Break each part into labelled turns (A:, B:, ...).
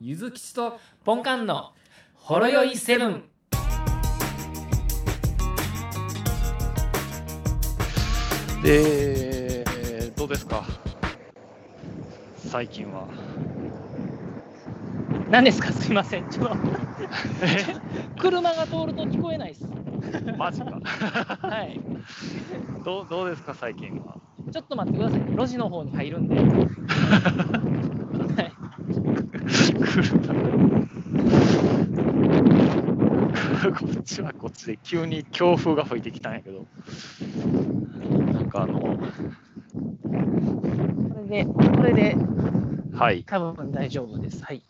A: ゆずきちとポンカンのほろよいセブン。
B: で、どうですか最近は。
C: 何ですかすいません。ちょっと 車が通ると聞こえないです。
B: マジか。
C: はい。
B: どうどうですか最近は。
C: ちょっと待ってくださいね。路地の方に入る んで。はい。
B: こっちはこっちで急に強風が吹いてきたんやけど。なんかあの、
C: これで、これで
B: はい、
C: 多分大丈夫です。はい。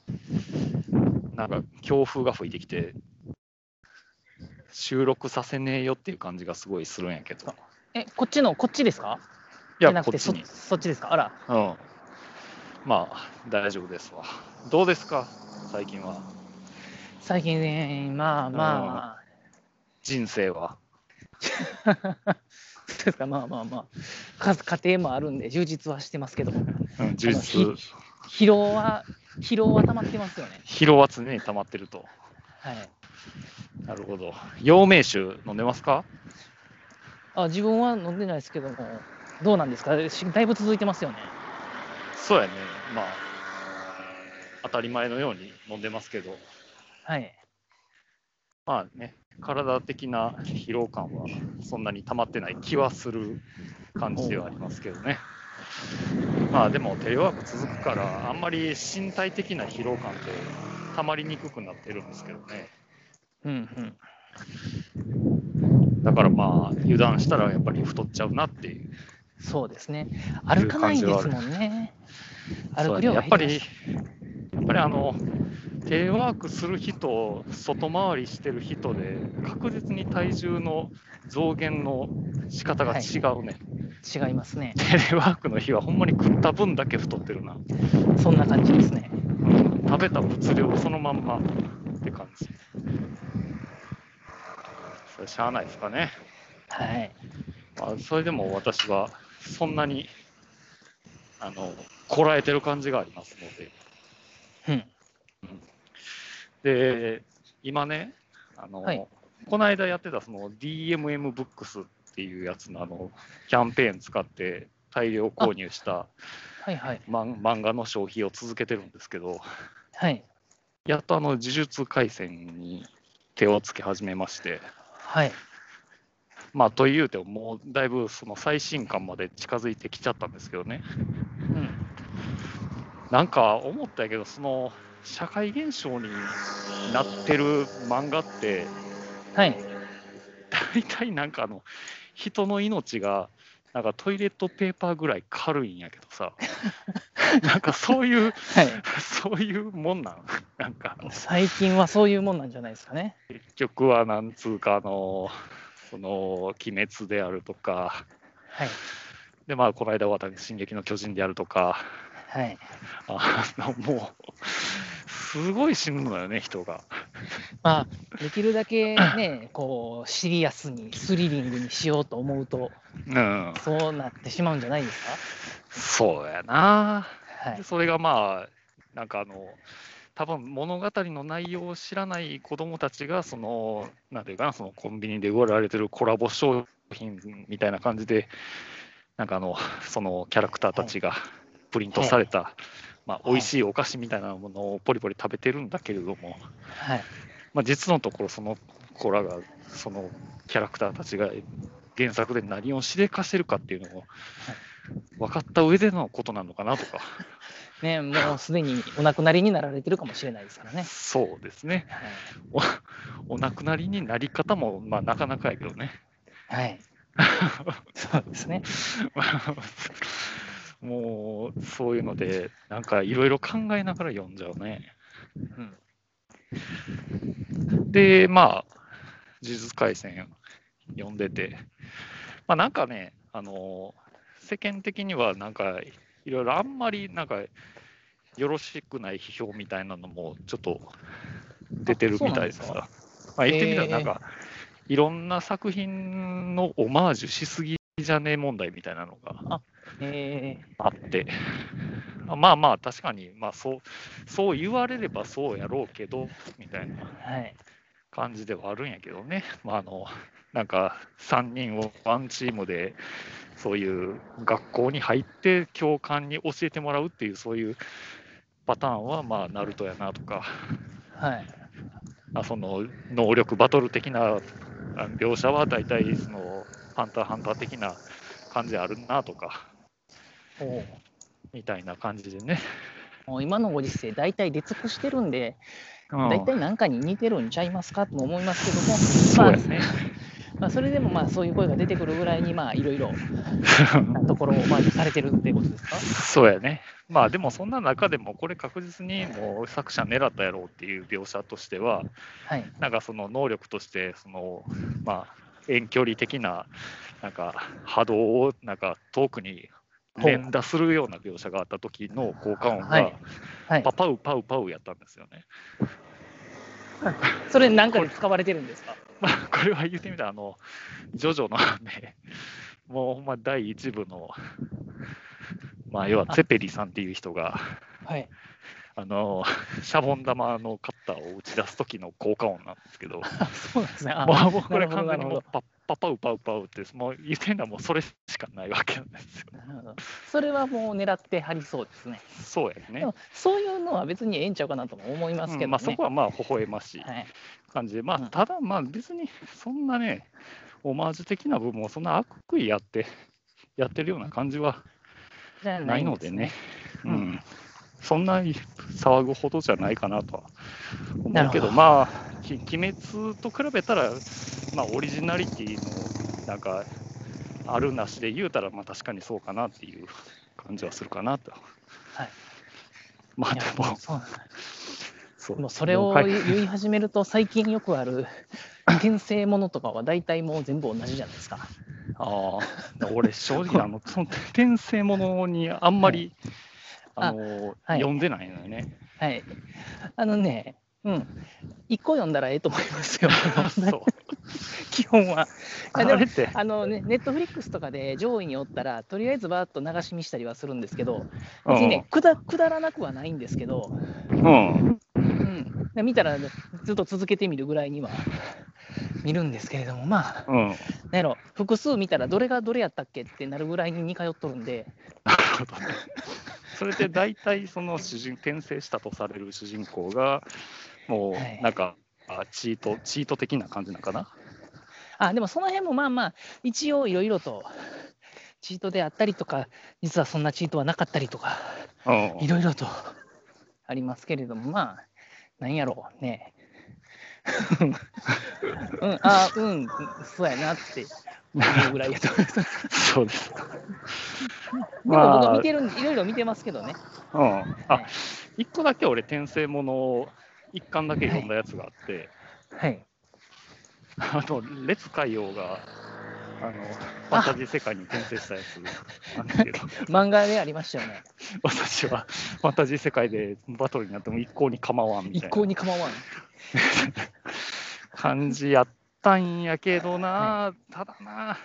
B: なんか強風が吹いてきて、収録させねえよっていう感じがすごいするんやけど。
C: え、こっちの、こっちですか
B: い
C: じゃ
B: や、
C: なく
B: こ
C: て
B: っちに。
C: そそっちですかあら。
B: うん。まあ、大丈夫ですわ。どうですか最近は。
C: 最近ね、まあま あ。
B: 人生は。
C: そうですかまあまあまあか。家庭もあるんで、充実はしてますけど、
B: うん、充実。
C: 疲労は、疲労は溜まってますよね。
B: 疲労は常に溜まってると。
C: はい。
B: なるほど。陽明酒飲んでますか
C: あ自分は飲んでないですけども、どうなんですかしだいぶ続いてますよね。
B: そうやね。まあ、当たり前のように飲んでますけど、
C: はい。
B: まあね、体的な疲労感はそんなに溜まってない気はする感じではありますけどね。まあでもテレワーク続くから、あんまり身体的な疲労感って溜まりにくくなってるんですけどね。
C: うんうん。
B: だからまあ、油断したらやっぱり太っちゃうなっていう。
C: そうですね。歩かないんですもんね。歩く量が
B: やっ
C: 減
B: ぱ
C: りま
B: り、
C: し
B: やっぱりあの、テレワークする人、外回りしてる人で、確実に体重の増減の仕方が違うね、
C: た違いますね。
B: テレワークの日はほんまに食った分だけ太ってるな、
C: そんな感じですね。
B: うん食べた物量そのまんまって感じ。それしゃあないですかね。
C: はい。
B: まあ、それでも私はそんなにあのこらえてる感じがありますので。
C: うん。
B: で、今ね、あの、
C: はい
B: この間やってたその DMM ブックスっていうやつのあのキャンペーン使って大量購入した
C: はいはい。
B: 漫漫画の消費を続けてるんですけど、
C: はい。
B: やっとあの呪術廻戦に手をつけ始めまして、
C: はい。
B: まあというてももうだいぶその最新刊まで近づいてきちゃったんですけどね、
C: うん。
B: なんか思ったけど、その社会現象になってる漫画って、
C: はい。
B: 大体なんかあの人の命がなんかトイレットペーパーぐらい軽いんやけどさなんかそういう
C: はい。
B: そういうもんなんなんか
C: 最近はそういうもんなんじゃないですかね。
B: 結局はなんつうかあのその「鬼滅」であるとか
C: はい。
B: でまあこの間私「進撃の巨人」であるとか
C: はい。
B: あのもうすごい死ぬのよね人が
C: まあ、できるだけね、こう、シリアスに、スリリングにしようと思うと、
B: うん
C: そうなってしまうんじゃないですか
B: そうやな
C: は
B: で
C: い。
B: それがまあなんかあの多分物語の内容を知らない子どもたちがそのなんていうかなそのコンビニで売られてるコラボ商品みたいな感じでなんかあのそのキャラクターたちがプリントされた、まあ、
C: はい
B: 美味しいお菓子みたいなものをポリポリ食べてるんだけれども、
C: はい。
B: まあ、実のところその子らがそのキャラクターたちが原作で何をしでかしてるかっていうのを分かった上でのことなのかなとか。
C: ね、もうすでにお亡くなりになられてるかもしれないですからね。
B: そうですね。おお亡くなりになり方も、まあ、なかなかやけどね。
C: はい。はい、そうですね。
B: もう、そういうので、なんかいろいろ考えながら読んじゃうね。
C: うん、
B: で、まあ、呪術廻戦読んでて、まあなんかね、あの、世間的にはなんか、いろいろあんまりなんか、よろしくない批評みたいなのもちょっと出てるみたいです
C: あそう
B: が、まあ、言ってみたら、
C: へー
B: なんか、いろんな作品のオマージュしすぎじゃねえ問題みたいなのが
C: え
B: あって、あまあまあ、確かに、まあそう、そう言われればそうやろうけど、みたいな
C: はい。
B: 感じではあるんやけどね。 まあ、あの、なんか、3人をワンチームで、そういう学校に入って教官に教えてもらうっていう、そういうパターンは、まあ、ナルトやなとか、
C: はい。
B: あその能力バトル的なあ描写は大体そのハンターハンター的な感じあるなとか
C: おう
B: みたいな感じでね。
C: もう今のご時世、大体出尽くしてるんで、
B: うん
C: 大体なんかに似てるんちゃいますかとも思いますけども、
B: そうですね。
C: まあ、まあそれでもまあそういう声が出てくるぐらいに、まあいろい ろなところをまあされてるってことですか。
B: そうやね。まあでもそんな中でもこれ確実にもう作者狙ったやろうっていう描写としては
C: はい。
B: なんかその能力としてそのまあ遠距離的ななんか波動をなんか遠くに連打するような描写があった時の効果音
C: はい
B: が
C: はい
B: パ、パウパウパウやったんですよね。
C: それなんかで使われてるんですか。
B: まあ、これは言ってみたら、あの、ジョジョのね、もうほんま第一部の、まあ、要はツェペリさんっていう人が、
C: はい。
B: あの、シャボン玉のカッターを打ち出す時の効果音なんですけど、
C: あそうなんですね。あ
B: もうもうこ
C: な
B: れ
C: るほ
B: 完
C: ど
B: 全にも
C: なるほ
B: うパッパパウパウパウって、もう言ってみたらもうそれしかないわけなんですよ。
C: なるほどそれはもう狙ってはりそうですね。
B: そうやね
C: で。もそういうのは別にええんちゃうかなとも思いますけど、ね
B: うんまあ、そこはまあ、微笑ましい
C: はい、
B: 感じで、まあ、
C: うん
B: ただまあ、別にそんなね、オマージュ的な部分をそんな悪意やって、やってるような感じは
C: じゃあ
B: ない
C: ん
B: のでね、う
C: うん
B: ん、そんなに騒ぐほどじゃないかなとは
C: な
B: 思
C: る
B: う
C: ほ
B: けど、
C: ど
B: まあ、き鬼滅と比べたら、まあ、オリジナリティのなんか、あるなしで言うたら、まあ、確かにそうかなっていう感じはするかなと。
C: はい
B: まあ
C: い
B: で
C: や
B: も、
C: そうなんです
B: そ
C: もうそれを
B: かい
C: 言い始めると最近よくある転生ものとかは大体もう全部同じじゃないですか。
B: ああ、俺、正直、あ の、その転生ものにあんまり、
C: はい
B: あの、
C: あはい
B: 読んでないのよ ね。。
C: はい。あのね、うん。一個読んだらええと思います よ
B: そう。
C: 基本は。いやでも
B: あれって、
C: あのね、ネットフリックスとかで上位におったら、とりあえずばーっと流し見したりはするんですけど、別にね、くだくだらなくはないんですけど、
B: うん、うん
C: うん、で見たら、ね、ずっと続けてみるぐらいには見るんですけれども、まあ、
B: うん。
C: なんやろ、複数見たらどれがどれやったっけってなるぐらいに似通っとるんで、
B: なるほどね。それで大体その主人転生したとされる主人公がも
C: はいう
B: なんか、あチートチート的な感じなのかな
C: あでもその辺もまあまあ、一応いろいろとチートであったりとか、実はそんなチートはなかったりとか、
B: うん
C: いろいろとありますけれども、まあ、なんやろう ね。うん、あうん、そうやなって思うぐらいやと思います。で
B: そうですか。
C: も
B: まあ
C: 僕は見てるん、いろいろ見てますけどね。
B: うん、あ一個だけ俺転生ものを一巻だけ読んだやつがあって、
C: はい。
B: あの列海王があのファンタジー世界に転生したやつなんですけど
C: 漫画でありましたよね。
B: 私はファンタジー世界でバトルになっても一向に構わんみた
C: 一
B: いな
C: 向に構わん。
B: 感じやったんやけどな、ただな、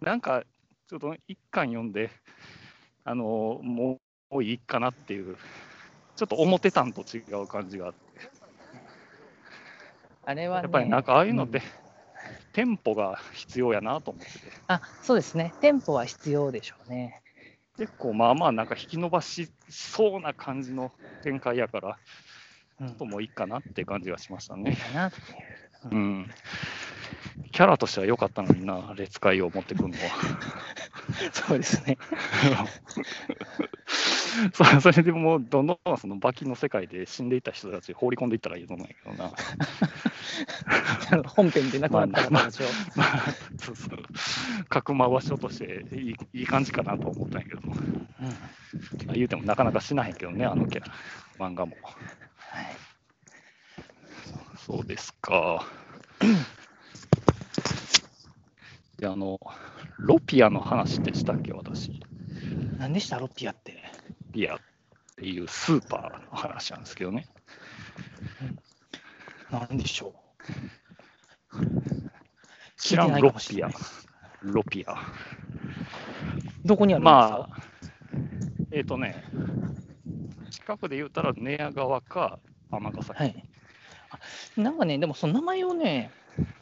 B: なんかちょっと一巻読んで、あのもうもういいかなっていう、ちょっと思ってたんと違う感じがあって、
C: あれは、
B: や
C: ね、
B: っぱりなんかああいうのっ
C: う
B: て
C: ん、
B: テンポが必要やなと思ってて、
C: あそうですね。テンポは必要でしょうね。
B: 結構まあまあ、なんか引き伸ばしそうな感じの展開やから、
C: うん、か
B: ともういいかなって感じがしましたね。
C: なっていう。
B: うんキャラとしては良かったのにな、列海を持ってくるのは。
C: そうですね。
B: そうそれでもうどんどんそのバキの世界で死んでいった人たち放り込んでいったらいいと思うんやけどな。
C: あの本編でなくなった形を。
B: まあ、そうそう。角間はとしていいいい感じかなと思ったんやけど、ま
C: うん
B: あ、言うてもなかなかしないけどね、あのキャラ、漫画も。
C: はい
B: そうですか。で、あの、ロピアの話でしたっけ、私。
C: 何でしたロッピアって。
B: ピアっていうスーパーの話なんですけどね。
C: 何でしょう。
B: 知ら
C: 聞いて
B: ん、
C: ない
B: ロ
C: かもし
B: ピ
C: れな
B: ア
C: い。
B: ロピア。
C: どこにあるんですか、
B: まあ、えっ、とね、近くで言うたら寝屋川か尼崎、
C: はい。あなんかね、でもその名前をね、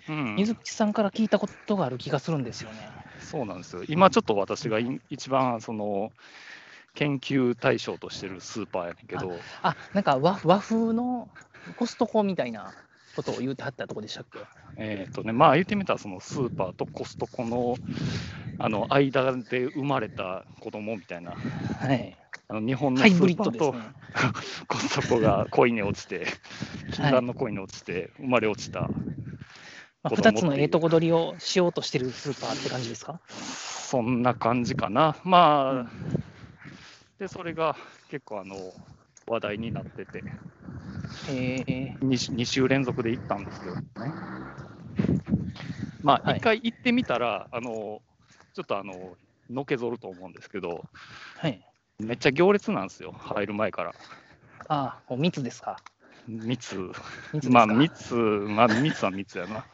B: うん
C: 水木さんから聞いたことがある気がするんですよね。
B: そうなんですよ今ちょっと私がい一番その研究対象としてるスーパーやねんけど
C: あ、なんか和和風のコストコみたいなことを言うてはったとこでしたっけ
B: えっ、とねまあ言ってみたらそのスーパーとコストコのあの間で生まれた子供みたいな
C: はい。
B: あの日本のス
C: ハイブリ
B: ー
C: ッド
B: パー
C: です
B: と
C: ね。
B: コストコが恋に落ちて禁断の恋に落ちて生まれ落ちた、
C: まあ、
B: 子
C: 2
B: 供っていう
C: つのええとこ取りをしようとしてるスーパーって感じですか
B: そんな感じかなまあ、
C: うん
B: でそれが結構あの話題になってて
C: ええ
B: 2, 2週連続で行ったんですけどね。まあ、
C: はい
B: 1回行ってみたら、あのちょっとあののけぞると思うんですけど、
C: はい。
B: めっちゃ行列なんですよ、入る前から。
C: ああ、お密ですか
B: 密、
C: 密ですか
B: まあ密、まあ密は密やな。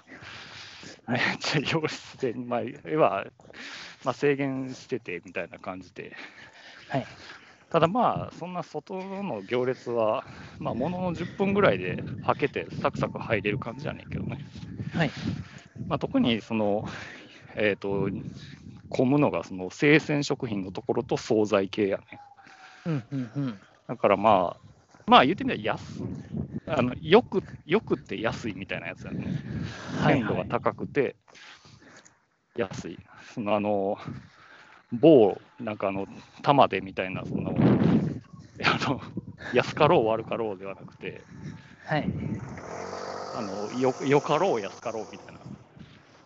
B: めっちゃ行列で、まあ、絵は、まあ、制限しててみたいな感じで。
C: はい。
B: ただまあ、そんな外の行列は、まあ、ものの10分ぐらいではけて、サクサク入れる感じやねんけどね。
C: はい。
B: まあ、特にその、えー、と混むのがその生鮮食品のところと惣菜系やね。
C: うんうんうん。
B: だからまあ、まあ言ってみれば安あのよく、よくって安いみたいなやつやね。
C: はい
B: 鮮度が高くて安い。そのあの某、なんかあの、玉でみたいな、その、あの安かろう悪かろうではなくて、
C: はい。
B: あのよよかろう安かろうみたいな。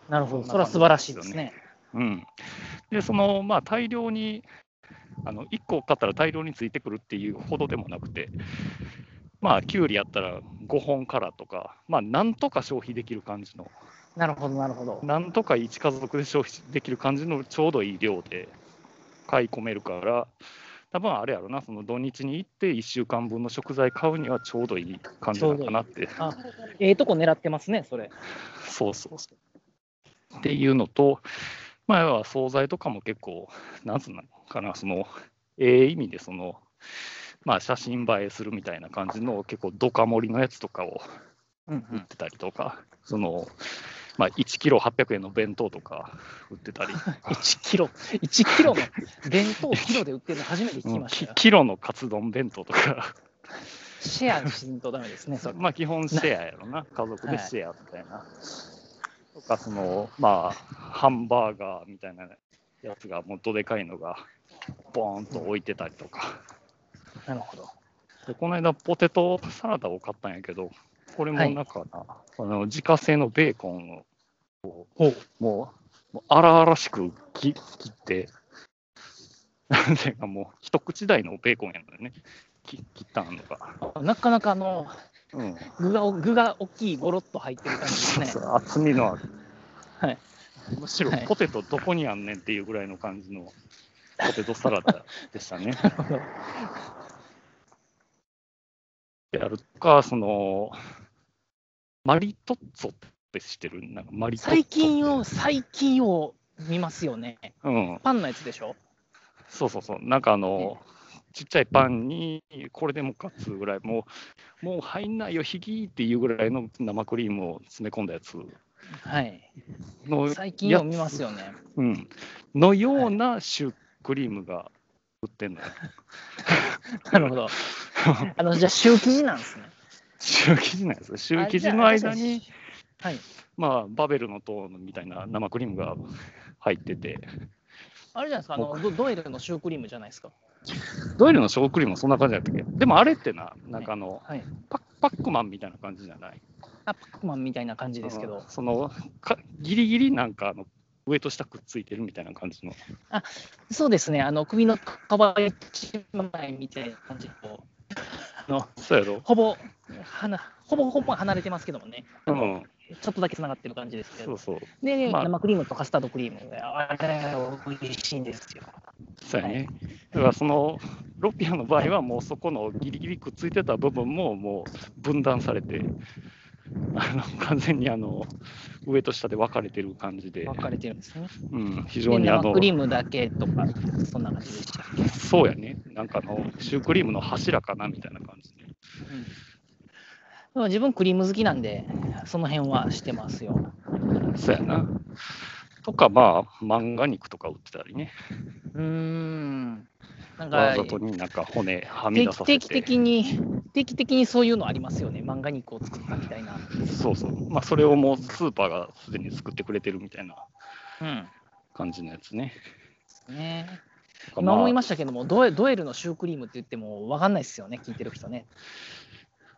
C: なるほど。
B: そんな感じ
C: それは素晴らしいですね。
B: うん、で、その、まあ、大量に、あの1個買ったら大量についてくるっていうほどでもなくて、まあ、きゅうりやったら5本からとか、まあ、なんとか消費できる感じの、
C: なるほど、なるほど。
B: なんとか1家族で消費できる感じのちょうどいい量で買い込めるから、多分あれやろな、その土日に行って1週間分の食材買うにはちょうどいい感じなのかなって。
C: あええとこ狙ってますね、それ。
B: そうそうそう。っていうのと、まあ、要は惣菜とかも結構、なんつうのかな、その、ええ意味で、その、まあ、写真映えするみたいな感じの、結構、ドカ盛りのやつとかを
C: うん
B: 売ってたりとか、その、まあ、1キロ800円の弁当とか売って たり、
C: 1キロ、1キロの弁当キロで売ってるの初めて聞き
B: うん
C: まし
B: き
C: たよ。
B: キロのカツ丼弁当とか、
C: シェアしんとダメですね、それ。
B: まあ、基本シェアやろな、家族でシェアみたいな。とか、その、まあ、ハンバーガーみたいなやつが、もっとでかいのが、ボーンと置いてたりとか。
C: なるほど。
B: で、この間、ポテトサラダを買ったんやけど、これも
C: はい
B: なんかな、あの自家製のベーコンを
C: ほう。
B: もう、もう荒々しく切切って、 なんていうかもう、一口大のベーコンやのよね。き切ったのが。
C: なかなかあの
B: うん。
C: 具が具が大きいゴロッと入ってる感じです
B: そう
C: ね。
B: そう厚みのある
C: はい
B: むしろ
C: はい
B: ポテトどこにあんねんっていうぐらいの感じのポテトサラダでしたね。
C: なるほど
B: やるとか、その、マリトッツォって知ってるなんかマリトッツォ。
C: 最近を、最近を見ますよね。
B: うん、
C: パンのやつでしょ
B: そうそうそう。なんかあの、ちっちゃいパンにこれでもかっつうぐらい、もう、もう入んないよ、ひぎーっていうぐらいの生クリームを詰め込んだやつ
C: はい。
B: の、
C: 最近を見ますよね。
B: うん、のようなシュークリームが売ってんのよ。
C: なるほ ど。あの、じゃあ、シュー生地なんですね。
B: シュー生地なんです よ。シュー生地の間
C: あ。
B: に、
C: じゃあはい。
B: まあ、バベルの塔みたいな生クリームが入ってて、
C: あれじゃないですか、あのドドイルのシュークリームじゃないですか。
B: ドイルのショークリームもそんな感じだったっけでもあれってな、なんかあの、
C: はい。
B: パッパックマンみたいな感じじゃない
C: あ、パックマンみたいな感じですけ
B: あ
C: ど
B: の。そのか、ギリギリなんかあの、上と下くっついてるみたいな感じの。
C: そうですね、あの、首の皮一枚みたいな感じでこう
B: そうやろ
C: ほぼ、はなほぼほぼ離れてますけどもね。
B: うん。
C: ちょっとだけつながってる感じですけ
B: そ
C: ど
B: う。そう。
C: で、
B: まあ
C: 生クリームとカスタードクリーム。あれ、美味しいんですよ。
B: そうやね。だからその、ロピアの場合はもうそこのギリギリくっついてた部分ももう分断されて、あの完全にあの上と下で分かれてる感じで
C: 分、かれてるんですね。
B: うん、非
C: で
B: 常にあ
C: 生
B: の
C: クリームだけとか、そんな感じでした。
B: そうやね、なんかあのシュークリームの柱かなみたいな感じで。
C: うん、自分クリーム好きなんで、その辺はしてますよ。
B: そうやな。とか、まあ、漫画肉とか売ってたりね、
C: うーん。なん
B: わ
C: か、
B: ざとになんか骨はみ
C: 定
B: 出
C: 期
B: させ
C: 定期
B: て、
C: 的に、定期的にそういうのありますよね。漫画肉を作ったみたいな。
B: そうそう、まあ、それをもうスーパーがすでに作ってくれてるみたいな
C: うん。
B: 感じのやつね。
C: ね、
B: とか
C: 今思いま
B: あ、
C: したけども、ドエドエルのシュークリームって言っても分かんないですよね、聞いてる人ね。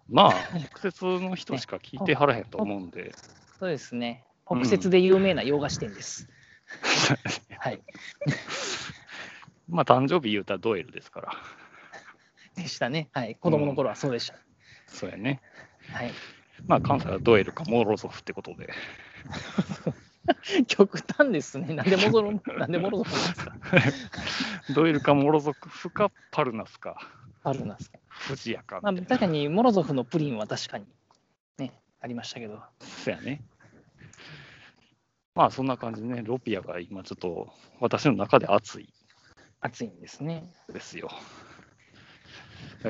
B: ま あ、直接の人しか聞いてはらへんと思うんで、
C: そうですね。北節で有名な洋菓子店です。はい。
B: まあ、誕生日言うたらドエルですから、
C: でしたね。はい。子供の頃はそうでした。
B: そうやね。
C: はい。
B: まあ、関西はドエルかモロゾフってことで、
C: 極端ですね。なんでモロゾなんでモロゾフなんですか
B: ドエルかモロゾフかパルナスか、
C: あるんですか。
B: フジヤかみ
C: まあ、
B: たいな。
C: 確かにモロゾフのプリンは確かにね、ありましたけど。
B: そうやね。まあそんな感じでね、ロピアが今ちょっと私の中で熱い
C: 暑いんですね。
B: ですよ。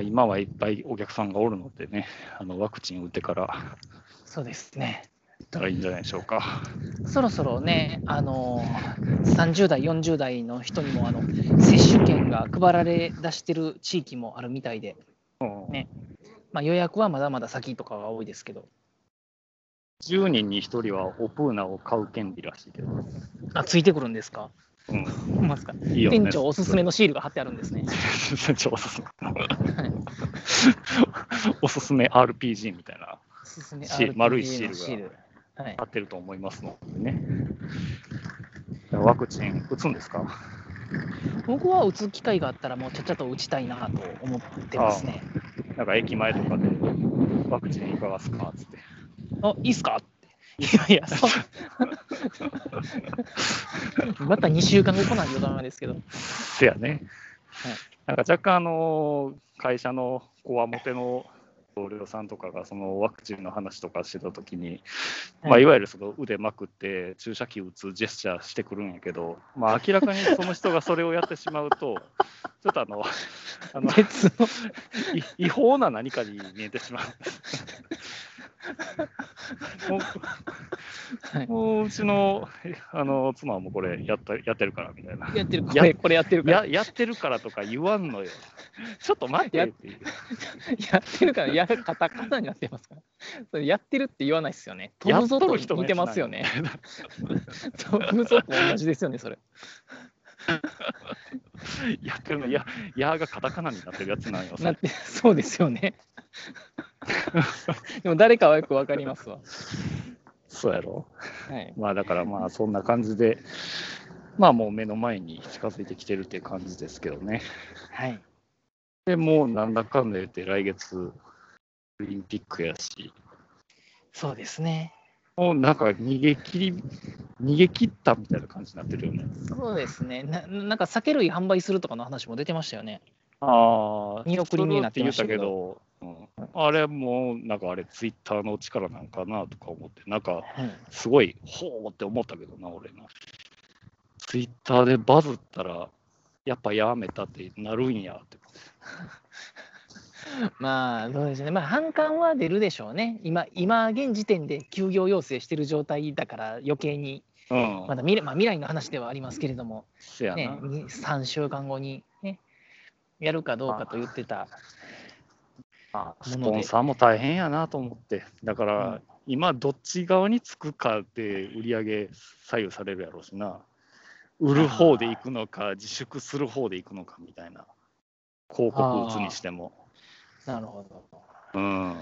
B: 今はいっぱいお客さんがおるのでね、あのワクチン打ってから行
C: そうですね。
B: ったらいいんじゃないでしょう か。
C: そろそろね、あのー30代、40代の人にもあの接種券が配られ出してる地域もあるみたいで、
B: うん
C: ねまあ、予約はまだまだ先とかが多いですけど、
B: 10人に1人はオプーナを買う権利らしいけど、
C: あついてくるんですか。
B: うん
C: ほんまですか
B: いいよね、
C: 店長おすすめのシールが貼ってあるんですね。
B: 店長おすすめ。おすすめ RPG みたいな、
C: おすすめ
B: シール
C: RPG
B: 丸いシールが
C: のはい
B: 合、ってると思いますのでね。ワクチン打つんですか
C: 僕は打つ機会があったら、もうちゃっちゃと打ちたいなと思ってますね。
B: なんか駅前とかで、ワクチンいかがですかっつって。
C: あいいっすかって。いやいや、そう また2週間後来ないとダメですけど、
B: せやね。なんか若干、あの会社のこわもての同僚さんとかが、そのワクチンの話とかしてたときに、まあ、いわゆるその腕まくって、注射器打つジェスチャーしてくるんやけど、まあ、明らかにその人がそれをやってしまうと、 ちょっとあの、あ の
C: 別の
B: い違法な何かに見えてしま う。も
C: はいう
B: もううちのあの妻もこれやったやってるからみたいな。
C: やってる、こ
B: や
C: れ、これやってるから、
B: ややってるからとか言わんのよ。ちょっと待ってっていう。
C: やってるから、やるカタカナになってますから、それやってるって言わないですよね。飛ぶぞ
B: やっとる人
C: と
B: の
C: 似て
B: やつ
C: ますよね。 飛ぶぞと同じですよね、それ。
B: やってるの、や、やがカタカナになってるやつなんよ。そ
C: なっ
B: れ
C: て、そうですよ ね。でも誰かはよくわかりますわ。
B: そうやろ。
C: はい、
B: まあだからまあそんな感じで、まあもう目の前に近づいてきてるっていう感じですけどね。
C: はい、
B: でもうなんだかんだ言って来月、オリンピックやし、
C: そうですね。
B: もうなんか逃げ切り、逃げ切ったみたいな感じになってるよね。
C: そうですね。ななんか酒類販売するとかの話も出てましたよね。
B: ああ
C: 見送りになって
B: 言
C: ま
B: っ
C: した
B: た
C: け
B: け
C: ど。
B: ど、うんあれもなんかあれ、ツイッターの力なんかなとか思って、なんか
C: うん
B: すごい、ほーって思ったけどな、俺な。ツイッターでバズったら、やっぱやめたってなるんやって。
C: まあ、そうですね。まあ、反感は出るでしょうね。今、今現時点で休業要請してる状態だから、余計に、
B: うん、
C: まだ未来,、まあ、未来の話ではありますけれども、
B: せやな。
C: ね、に3週間後に、ね、やるかどうかと言ってた。
B: ま
C: も
B: あ
C: の
B: ス
C: で
B: ポンサーも大変やなと思って、だか
C: う
B: ら
C: ん
B: 今、どっち側につくかで売り上げ左右されるやろうしな、売る方で行くのか、自粛する方で行くのかみたいな、広告打つにしても。
C: なるほど。
B: うん、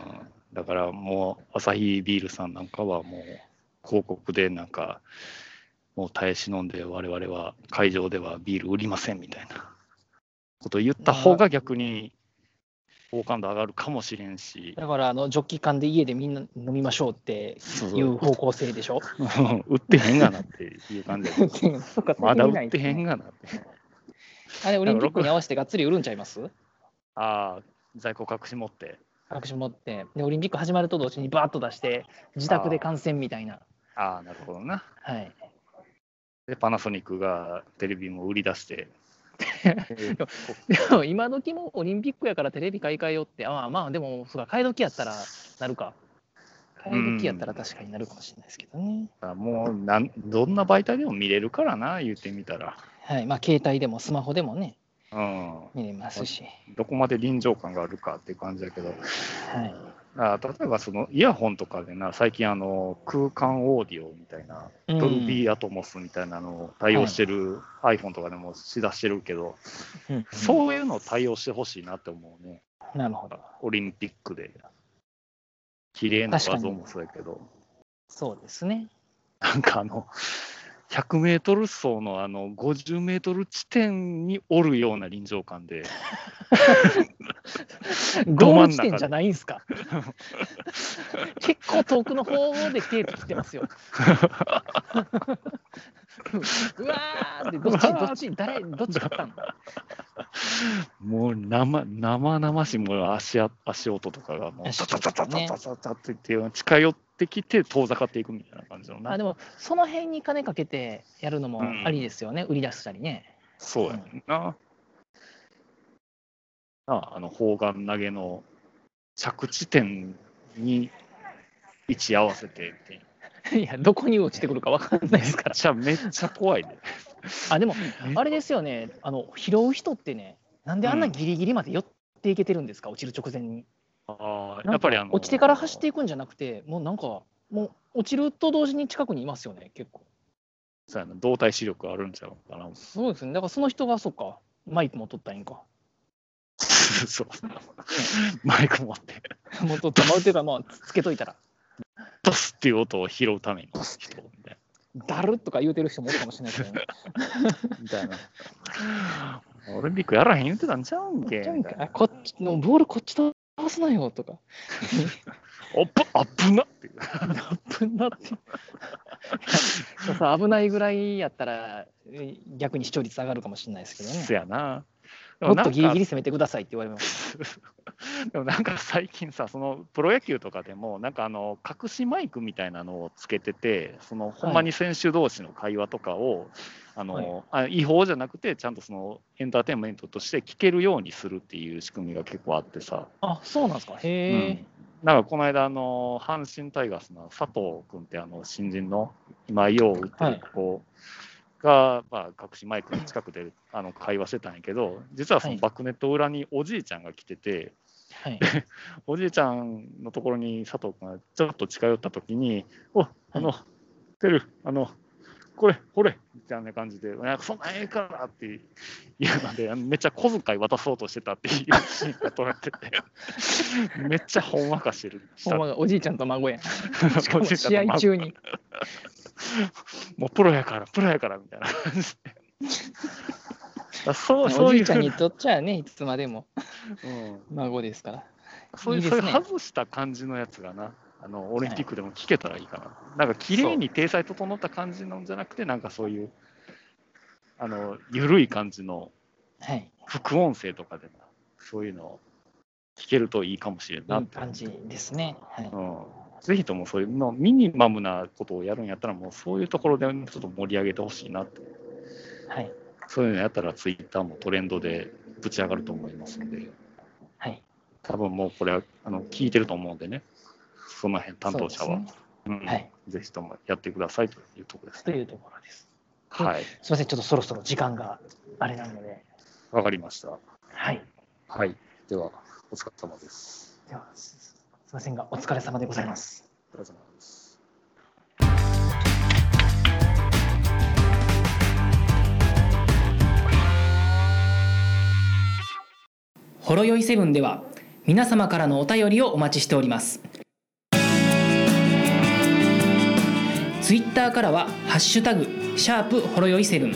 B: だからもう、アサヒビールさんなんかはもう、広告でなんか、もう耐え忍んで、我々は会場ではビール売りませんみたいなことを言った方が逆に、好感度上がるかもしれんし。
C: だから、あの、ジョッキ缶で家でみんな飲みましょうって
B: そう
C: いう方向性でし ょ。
B: うん売ってへんがなっていう感じやけど
C: そうか
B: まだ売ってへんがなって。
C: あれ、オリンピックに合わせてがっつり売るんちゃいます
B: ああ、在庫隠し持って。
C: 私持ってでオリンピック始まると同時にバーッと出して自宅で観戦みたいな、
B: ああ、なるほどな。
C: はい、
B: で、パナソニックがテレビも売り出して。
C: でも今時もオリンピックやからテレビ買い替えようってああまあでもそうか買い時やったらなるか買い時やったら確かになるかもしれないですけどね、
B: あもうなん、どんな媒体でも見れるからな、言ってみたら。
C: はいまあ携帯でもスマホでもね
B: うん。
C: 見れますし、
B: どこまで臨場感があるかっていう感じだけど、
C: はい、
B: あ例えばそのイヤホンとかでな、最近あの空間オーディオみたいな、
C: うん
B: ドルビーアトモスみたいなのを対応してる iPhone とかでもしだしてるけど、
C: うん
B: そういうのを対応してほしいなって思うね、
C: なるほど
B: オリンピックで。綺麗な画像もそうやけど、
C: そうです ね
B: なんかあの、100メートル走のあの50メートル地点におるような臨場感で、ど
C: ゴー
B: 真ん中で
C: ル地点じゃないんすか結構遠くの方でテープ切って ますようわーってどっちどっち誰どっち買ったの
B: もう生生々しいもう足あ足音とかがもう
C: 足
B: タ
C: 音
B: タタタタ
C: ね
B: タタタって言って近寄ってきて遠ざかっていくみたいな感じのな
C: あでもその辺に金かけてやるのもありですよね、売り出したりね。
B: そうやねんな。なあ、あの、砲丸投げの着地点に位置合わせてっていう。
C: いやどこに落ちてくるか分かんないですか
B: めっちゃ、めっちゃ怖いね。
C: ら。あでもあれですよねあの拾う人ってねなんであんなギリギリまで寄っていけてるんですか、落ちる直前に。な
B: ああ、
C: んか
B: やっぱりあの、
C: 落ちてから走っていくんじゃなくてもうなんかもう落ちると同時に近くにいますよね結構。
B: そうやな動体視力あるんちゃうかな。
C: そうですねだからその人がそうかマイクも取ったらいいんか。
B: そう。マイク持って、
C: もう取ったまうていうかまあつつけといたら
B: ドスっていう音を拾うために人みたい
C: だるっとか言うてる人もいるかもしれないけ どね。
B: な。みたいな。オリンピックやらへん言ってたんちゃうんけみたいな。
C: こっちのボールこっちと合わせなよとか。
B: おっぱ、あっぶなっていう。
C: 危な ってそうそう危ないぐらいやったらえ逆に視聴率上がるかもしれないですけど
B: そ
C: ね
B: やな。で
C: も
B: も
C: っ
B: なん
C: と
B: か
C: ギリギリ攻めてくださいって言われます
B: でもなんか最近さ、そのプロ野球とかでも、なんかあの隠しマイクみたいなのをつけてて、そのほんまに選手同士の会話とかを、あのあ違法じゃなくて、ちゃんとそのエンターテインメントとして聞けるようにするっていう仕組みが結構あってさ、
C: あそうなんですか
B: う
C: へえ
B: ん、なんかこの間あの、阪神タイガースの佐藤君ってあの新人の、今、よう打ってる子。が、まあ、隠しマイクの近くであの会話してたんやけど、実はその
C: はい
B: バックネット裏におじいちゃんが来てて、
C: はい
B: おじいちゃんのところに佐藤君がちょっと近寄ったときに、おあの、てる、あの、これ、これみたいな感じで、なんかそんなんええからっていうので、めっちゃ小遣い渡そうとしてたっていうシーンが撮られてて、めっちゃほんわかしてる。
C: ほんまがおじいちゃんと孫 や しか
B: お
C: も
B: じいち
C: 試
B: ゃんと
C: 合
B: 孫
C: 中に
B: もうプロやから、プロやから みたいな感じで。だそ
C: お
B: うそ
C: じ
B: うい
C: いうちゃんにとっちゃねいつまでも
B: うん
C: 孫ですから
B: そういう
C: いいです
B: そう
C: ね
B: いう外した感じのやつがな、あのオリンピックでも聞けたらいいかな。なんか綺麗に体裁整った感じのんじゃなくて、なんかそういう、あの、緩い感じの
C: はい
B: 副音声とかでな、そういうのを聞けるといいかもしれんないっ
C: い
B: て。
C: 感じですねはい
B: うんぜひともそういうのミニマムなことをやるんやったら、もうそういうところでちょっと盛り上げてほしいなって、
C: はい
B: そういうのやったらツイッターもトレンドでぶち上がると思いますんで。
C: はい
B: 多分もうこれはあの聞いてると思うんでね、その辺担当者
C: そう
B: は、
C: です
B: うん
C: ねはい
B: ぜひともやってくださいというところです
C: と
B: ね。
C: いうところです
B: はい、
C: すいませんちょっとそろそろ時間があれなので
B: わかりました。
C: はい
B: はい、ではお疲れ様です。
C: ではすすいませんがお疲れ様でございます
B: お疲れ様です。
A: ほろよいセブンでは皆様からのお便りをお待ちしておりますツイッターからは「ハッシュタグシャープほろよいセブン」